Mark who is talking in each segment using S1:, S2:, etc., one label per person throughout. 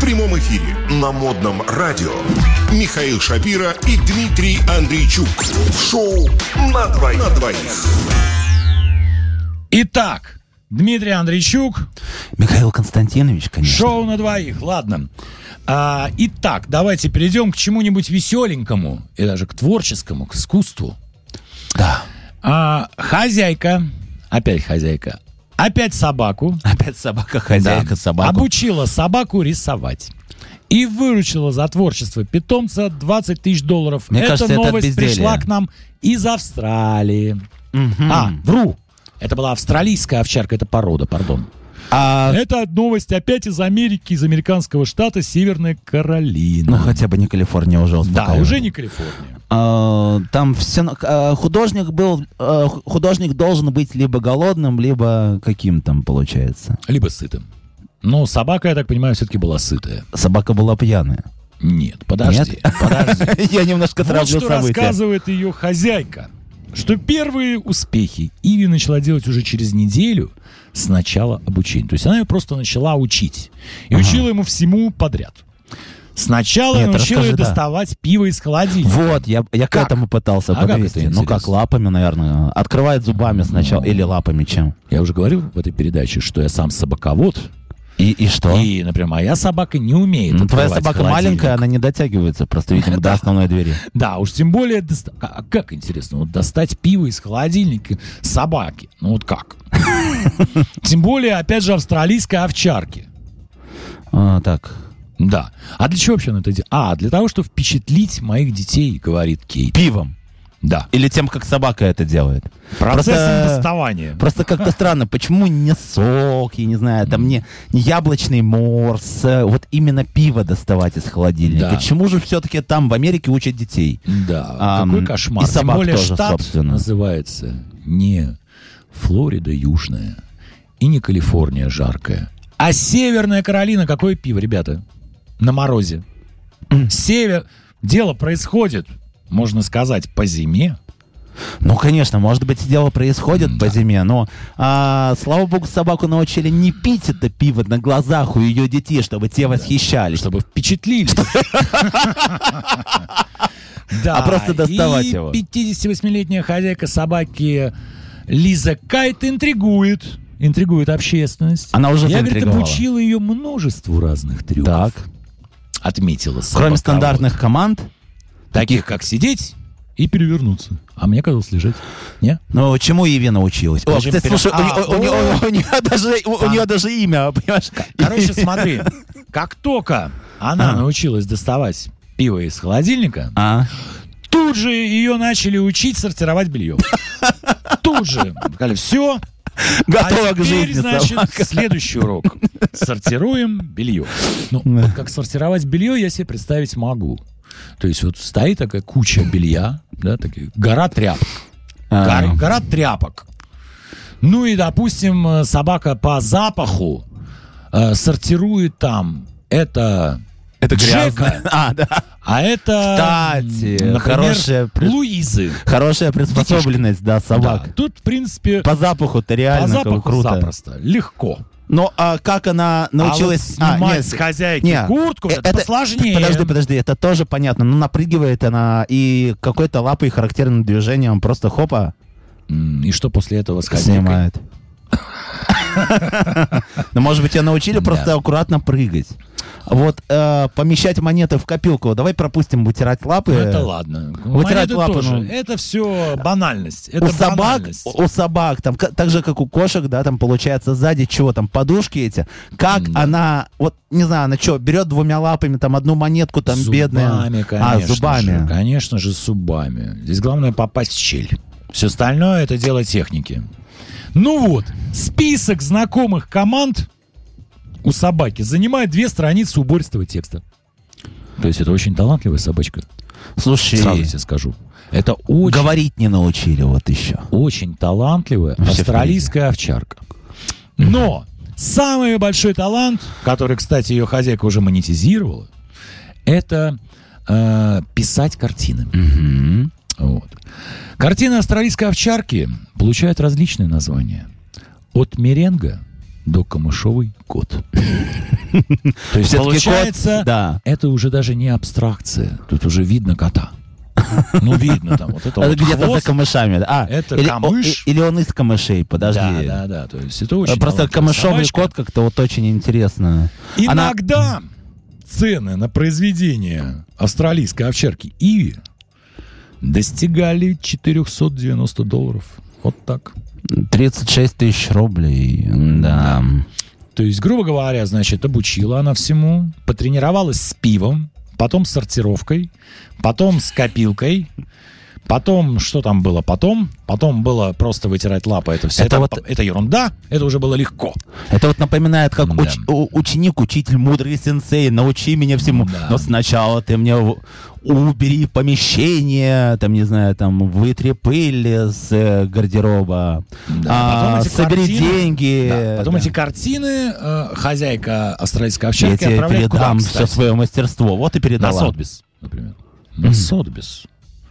S1: прямом эфире на модном радио Михаил Шапира и Дмитрий Андрейчук. В шоу на двоих. На двоих.
S2: Итак, Дмитрий Андрейчук,
S3: Михаил Константинович, конечно.
S2: шоу на двоих, ладно. А, итак, давайте перейдем к чему-нибудь веселенькому и даже к творческому, к искусству.
S3: Да.
S2: А, хозяйка, опять хозяйка, опять собаку.
S3: Опять собака, хозяйка,
S2: Да.
S3: собака.
S2: Обучила собаку рисовать. И выручила за творчество питомца 20 тысяч долларов.
S3: Мне
S2: Эта
S3: кажется, это от
S2: новость
S3: безделья.
S2: пришла к нам из Австралии. А, вру. Это была австралийская овчарка, это порода, пардон.
S3: А,
S2: Это новость опять из Америки, из американского штата Северная
S3: ну,
S2: Каролина.
S3: хотя бы не Калифорния уже
S2: да,
S3: успокаивает.
S2: уже не Калифорния.
S3: А, там все... на- а, художник был... а, ху- художник должен быть либо голодным, либо каким там, получается.
S2: Либо сытым. Ну, собака, я так понимаю, все-таки была сытая.
S3: Собака была пьяная.
S2: Нет, подожди, подожди.
S3: Я немножко
S2: Вот
S3: травлю
S2: что
S3: события.
S2: рассказывает ее хозяйка. Что первые успехи Иви начала делать уже через неделю с начала обучения. То есть она ее просто начала учить. И учила ему всему подряд. Сначала
S3: Нет,
S2: научила ее
S3: расскажи, да.
S2: доставать пиво из холодильника.
S3: Вот, я, я к
S2: Как?
S3: этому пытался
S2: А как это
S3: подвести. ну,
S2: интересно?
S3: как лапами, наверное. Открывает зубами сначала.
S2: Ну.
S3: Или лапами чем.
S2: Я уже говорил в этой передаче, что я сам собаковод.
S3: И, и что?
S2: И, например, моя собака не умеет
S3: Ну, твоя
S2: открывать
S3: собака
S2: холодильник.
S3: маленькая, она не дотягивается просто, видимо, до основной двери.
S2: Да, уж тем более... доста- А а как интересно, вот достать пиво из холодильника собаки? Ну вот как? Тем более, опять же, австралийской овчарки.
S3: А, так.
S2: Да. А для чего вообще она это делает? А, для того, чтобы впечатлить моих детей, говорит Кейт.
S3: Пивом.
S2: Да.
S3: Или тем, как собака это делает.
S2: Процессом
S3: Просто-
S2: доставания.
S3: Просто как-то странно, почему не сок, я не знаю, там не, не яблочный морс, э, вот именно пиво доставать из холодильника.
S2: Да.
S3: Чему же все-таки там в Америке учат детей?
S2: Да,
S3: Ам,
S2: какой кошмар.
S3: А, и собак
S2: Тем более
S3: тоже,
S2: штат
S3: собственно.
S2: называется не Флорида Южная и не Калифорния жаркая, а Северная Каролина. Какое пиво, ребята? На морозе. Север... Дело происходит, можно сказать, по зиме.
S3: Ну, конечно, может быть, дело происходит по
S2: М-да.
S3: зиме, но, а, слава богу, собаку научили не пить это пиво на глазах у ее детей, чтобы те восхищались.
S2: чтобы впечатлили. Да,
S3: А просто доставать его.
S2: И 58-летняя хозяйка собаки Лиза Кайт интригует. Интригует общественность.
S3: Она уже
S2: Я, говорит,
S3: заинтриговала.
S2: обучила ее множеству разных трюков.
S3: Так.
S2: Отметила собака.
S3: Кроме стандартных команд,
S2: Таких, как сидеть и перевернуться. А мне казалось лежать. Не?
S3: Ну, чему Иви научилась? О,
S2: Даже
S3: кстати,
S2: пере-
S3: слушай, у-
S2: А,
S3: у, у- у- у- у нее даже, у, у нее даже имя, понимаешь?
S2: Короче, смотри. Как только она
S3: А.
S2: научилась доставать пиво из холодильника,
S3: А,
S2: Тут же ее начали учить сортировать белье. Тут же. Сказали, все.
S3: готова
S2: а
S3: к
S2: теперь,
S3: жизни
S2: значит,
S3: собака.
S2: следующий урок. Сортируем белье. Ну,
S3: Да.
S2: вот как сортировать белье, я себе представить могу. То есть вот стоит такая куча белья, да, такие, гора тряпок.
S3: А,
S2: Гора, гора тряпок. Ну и, допустим, э, собака по запаху э, сортирует там это...
S3: это
S2: Джека,
S3: грязно. А, да.
S2: а это,
S3: Кстати,
S2: м, например,
S3: хорошая при-
S2: Луизы.
S3: Хорошая приспособленность, да, собак.
S2: Да, Тут, в принципе,
S3: По запаху-то
S2: по
S3: реально как бы
S2: запаху
S3: круто.
S2: запросто. Легко.
S3: Но а как она научилась...
S2: а вот снимать
S3: нет,
S2: с хозяйки
S3: нет.
S2: куртку,
S3: э,
S2: это, посложнее.
S3: Подожди, подожди, это тоже понятно. Но напрыгивает она и какой-то лапой характерным движением просто хопа
S2: М, И что после этого с хозяйкой?
S3: снимает. Ну, может быть, ее научили просто аккуратно прыгать. Вот э, помещать монеты в копилку. Давай пропустим вытирать лапы.
S2: Ну, это ладно.
S3: Э, Вытирать
S2: Монеты
S3: лапы,
S2: тоже.
S3: ну.
S2: Это все банальность. Это
S3: у собак,
S2: банальность.
S3: у собак, там, к- так же, как у кошек, да, там получается сзади чего там, подушки эти. Как
S2: М-да.
S3: она, вот, не знаю, она что, берет двумя лапами там одну монетку, там
S2: зубами,
S3: бедная.
S2: Конечно
S3: а, зубами.
S2: Же, конечно же, зубами. Здесь главное попасть в щель. Все остальное это дело техники. Ну вот, список знакомых команд у собаки занимает две страницы убористого текста. То есть это очень талантливая собачка.
S3: Слушай,
S2: Сразу тебе скажу. Это очень,
S3: говорить не научили вот еще.
S2: очень талантливая
S3: Вообще
S2: австралийская овчарка. Но самый большой талант, который, кстати, ее хозяйка уже монетизировала, это э, писать картины. Вот. Картины австралийской овчарки получают различные названия. От меренга до камышовый кот. То есть
S3: Всё-таки кот,
S2: получается,
S3: да.
S2: это уже даже не абстракция. Тут уже видно кота. Ну, видно там. Вот это
S3: Это
S2: вот
S3: А Э, где-то за
S2: хвост.
S3: камышами. да. А,
S2: Это
S3: или,
S2: камыш.
S3: о- и- или он из камышей, подожди.
S2: Да, да, да. То есть это
S3: Э,
S2: очень
S3: Просто
S2: талантливая
S3: камышовый
S2: собачка.
S3: кот как-то вот очень интересно. Она-
S2: Иногда цены на произведение австралийской овчарки Иви достигали 490 долларов. Вот так.
S3: 36 тысяч рублей, да.
S2: То есть, грубо говоря, значит, обучила она всему, потренировалась с пивом, потом с сортировкой, потом с копилкой, потом что там было потом, потом было просто вытирать лапы, это все.
S3: Это
S2: Это,
S3: вот-
S2: по- это ерунда, это уже было легко.
S3: Это вот напоминает, как
S2: Да.
S3: уч- у- ученик, учитель, мудрый сенсей, научи меня всему.
S2: Да.
S3: Но сначала ты мне в- убери помещение, там, не знаю, там, вытри пыль из э, гардероба,
S2: Да,
S3: а,
S2: потом эти
S3: собери
S2: картины-
S3: деньги.
S2: Да, потом
S3: да.
S2: эти Э, картины э, хозяйка австралийской
S3: я
S2: овчарки
S3: тебе
S2: отправляет куда,
S3: передам все
S2: кстати?
S3: свое мастерство. Вот и
S2: На
S3: передала.
S2: Сотбис, например. На
S3: Мгм.
S2: Сотбис.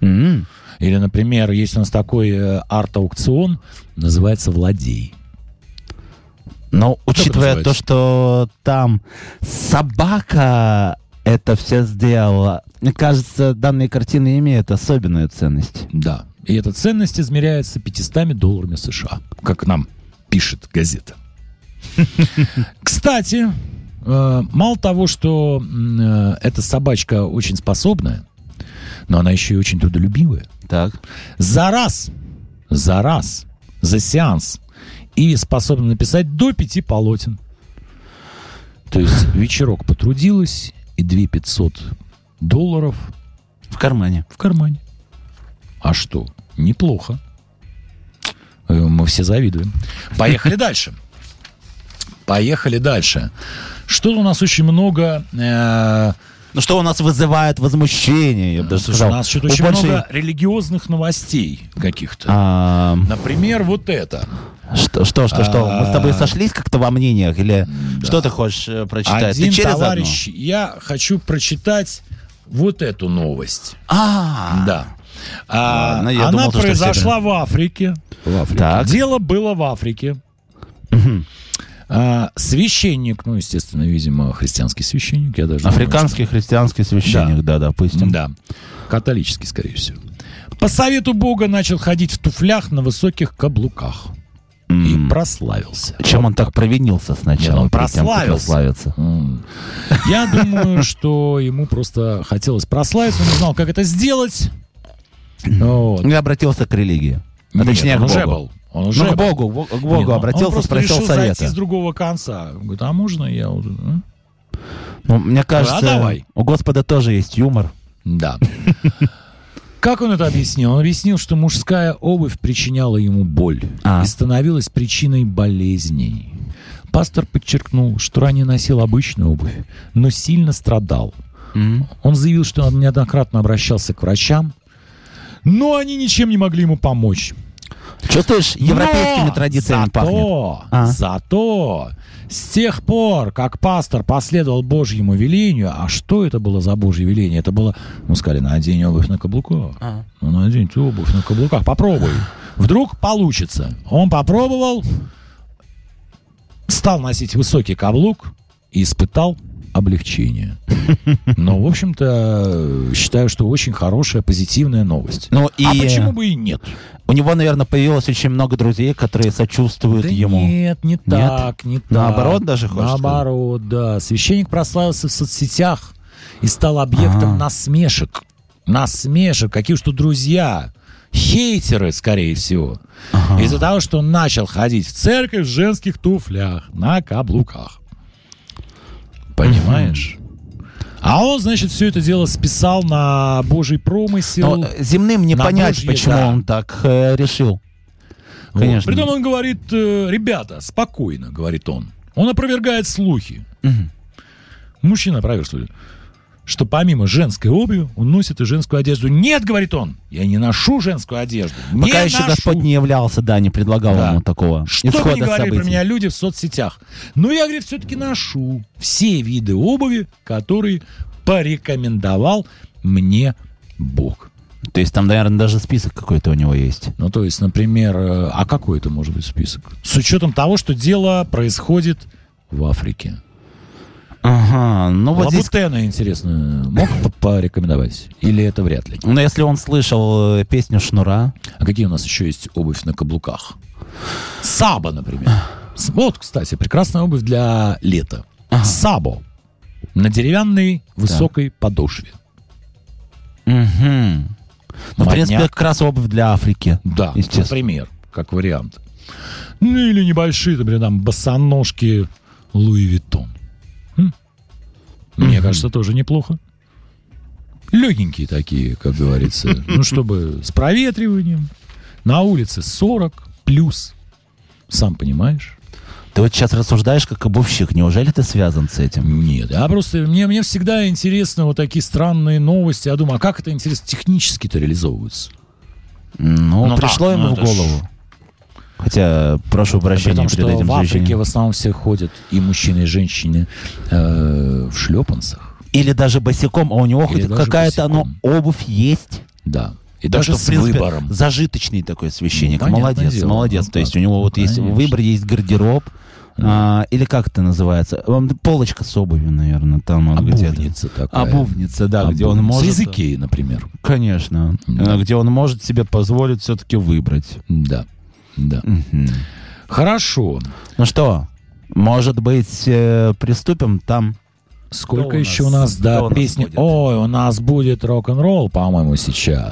S3: М.
S2: Или, например, есть у нас такой э, арт-аукцион, называется «Владей».
S3: Но учитывая
S2: А называется?
S3: то, что там собака это все сделала, мне кажется, данные картины имеют особенную ценность.
S2: Да. И эта ценность измеряется 500 долларами США, как нам пишет газета. Кстати, э, мало того, что м, э, эта собачка очень способная, но она еще и очень трудолюбивая.
S3: Так.
S2: За раз, за раз, за сеанс и способна написать до пяти полотен. То есть вечерок потрудилась и 2 500 долларов
S3: В кармане.
S2: в кармане. А что? Неплохо. Э, Мы все завидуем. Поехали дальше. Поехали дальше. Что-то у нас очень много... э,
S3: Ну что у нас вызывает возмущение? Я бы даже
S2: слушай,
S3: сказал.
S2: у нас что-то
S3: У
S2: очень
S3: большей-
S2: много религиозных новостей каких-то.
S3: А,
S2: Например, вот это.
S3: что, что, что, что? Мы с тобой
S2: А.
S3: сошлись как-то во мнениях? Или что ты хочешь э, прочитать?
S2: Один
S3: ты через одно?
S2: товарищ, я хочу прочитать вот эту новость.
S3: А,
S2: Да. А,
S3: Ладно, я
S2: она
S3: думал, то, что
S2: произошла в Африке.
S3: Так.
S2: Дело было в Африке. А, священник, ну, естественно, видимо, христианский священник, я даже
S3: Африканский христианский священник, да, допустим.
S2: думаю, что- да, католический, скорее всего. По совету Бога начал ходить в туфлях на высоких каблуках и
S3: М.
S2: прославился.
S3: Чем он так провинился сначала?
S2: он
S3: перед тем, как
S2: прославился.
S3: прославиться?
S2: М. Я думаю, что ему просто хотелось прославиться, он не знал, как это сделать. Вот.
S3: Ну, Я обратился к религии. А
S2: Нет,
S3: точнее,
S2: он
S3: к
S2: уже
S3: Богу.
S2: был. Он уже
S3: Ну, к
S2: был.
S3: Богу, во- к
S2: Не,
S3: Богу
S2: ну, он
S3: обратился,
S2: просто
S3: спросил
S2: решил зайти
S3: совета.
S2: с другого конца. Говорит, а можно я? вот, м?
S3: Ну, мне кажется,
S2: давай.
S3: у Господа тоже есть юмор.
S2: Да. Как он это объяснил? Он объяснил, что мужская обувь причиняла ему боль
S3: А.
S2: и становилась причиной болезней. Пастор подчеркнул, что ранее носил обычную обувь, но сильно страдал. Он заявил, что он неоднократно обращался к врачам, но они ничем не могли ему помочь.
S3: Чувствуешь, европейскими
S2: Но
S3: традициями
S2: зато,
S3: пахнет. А.
S2: Зато с тех пор, как пастор последовал Божьему велению, а что это было за Божье веление? Это было, мы сказали, надень обувь на каблуках.
S3: А.
S2: Ну, надень ты обувь на каблуках, попробуй. Вдруг получится. Он попробовал, стал носить высокий каблук и испытал облегчение. Но, в общем-то, считаю, что очень хорошая, позитивная новость.
S3: Ну и
S2: А почему бы и нет?
S3: у него, наверное, появилось очень много друзей, которые сочувствуют
S2: Да
S3: ему.
S2: Нет, не так, не так.
S3: Наоборот даже хочешь сказать?
S2: Наоборот, да. Священник прославился в соцсетях и стал объектом
S3: А.
S2: насмешек. Насмешек. Какие что друзья. Хейтеры, скорее всего.
S3: Ага.
S2: Из-за того, что он начал ходить в церковь в женских туфлях на каблуках. Понимаешь? А он, значит, все это дело списал на божий промысел.
S3: Но э, земным не
S2: на
S3: понять,
S2: Божье,
S3: почему
S2: да.
S3: он так э, решил.
S2: Вот.
S3: Конечно.
S2: Притом он говорит, э, ребята, спокойно, говорит он. Он опровергает слухи.
S3: Мгм.
S2: Мужчина опроверг, что ли, что помимо женской обуви он носит и женскую одежду. Нет, говорит он, я не ношу женскую одежду. Не
S3: Пока еще
S2: ношу.
S3: Господь не являлся, да, не предлагал
S2: Да.
S3: ему такого
S2: Что бы
S3: исхода
S2: ни говорили
S3: событий.
S2: про меня люди в соцсетях. Но я, говорит, все-таки ношу все виды обуви, которые порекомендовал мне Бог.
S3: То есть там, наверное, даже список какой-то у него есть.
S2: Ну, то есть, например, э, а какой это может быть список? С учетом того, что дело происходит в Африке.
S3: Ага, ну вот здесь...
S2: Лабутена, интересно, мог по- порекомендовать? Или это вряд ли?
S3: Ну, если он слышал э, песню Шнура,
S2: А какие у нас еще есть обувь на каблуках? Саба, например. С- Вот, кстати, прекрасная обувь для лета. Сабо. На деревянной высокой подошве.
S3: Угу. Ну, в
S2: Модняк.
S3: принципе, как раз обувь для Африки.
S2: Да,
S3: Естественно.
S2: например, как вариант. Ну или небольшие, например, там босоножки Луи Виттон. М? Мне кажется, тоже неплохо. Легенькие такие, как говорится. Ну, чтобы с проветриванием. На улице 40 плюс. Сам понимаешь?
S3: Ты вот сейчас рассуждаешь как обувщик. Неужели ты связан с этим?
S2: Нет, а просто мне, мне всегда интересно вот такие странные новости. Я думаю, а как это интересно технически-то реализовывается?
S3: Ну,
S2: Ну,
S3: пришло
S2: да,
S3: ему
S2: ну,
S3: в
S2: это ж-
S3: голову. Хотя, прошу
S2: При
S3: прощения
S2: том,
S3: перед
S2: что
S3: этим
S2: в Африке
S3: завещанием.
S2: в основном все ходят, и мужчины, и женщины, э, в шлепанцах.
S3: Или даже босиком, а у него
S2: Или
S3: хоть
S2: даже
S3: какая-то ну,
S2: босиком.
S3: обувь есть.
S2: Да. И
S3: Так
S2: даже
S3: что,
S2: с выбором.
S3: Зажиточный такой священник.
S2: Ну, понятное
S3: молодец,
S2: дело.
S3: молодец.
S2: Ну,
S3: То есть
S2: да,
S3: у него вот есть
S2: конечно.
S3: выбор, есть гардероб. а, или как это называется? Вам Полочка с обувью, наверное, там он где-то.
S2: Обувница такая.
S3: Обувница, А да, где он
S2: Обувница.
S3: может.
S2: Из Икеи, например.
S3: Конечно.
S2: Да.
S3: Э, Где он может себе позволить все-таки выбрать.
S2: Да. Да. Хорошо.
S3: Ну что, может быть, э, приступим там?
S2: Сколько
S3: Кто у
S2: еще у
S3: нас-
S2: нас, да,
S3: кто у нас
S2: песни?
S3: будет?
S2: Ой, у нас будет рок-н-ролл, по-моему, сейчас.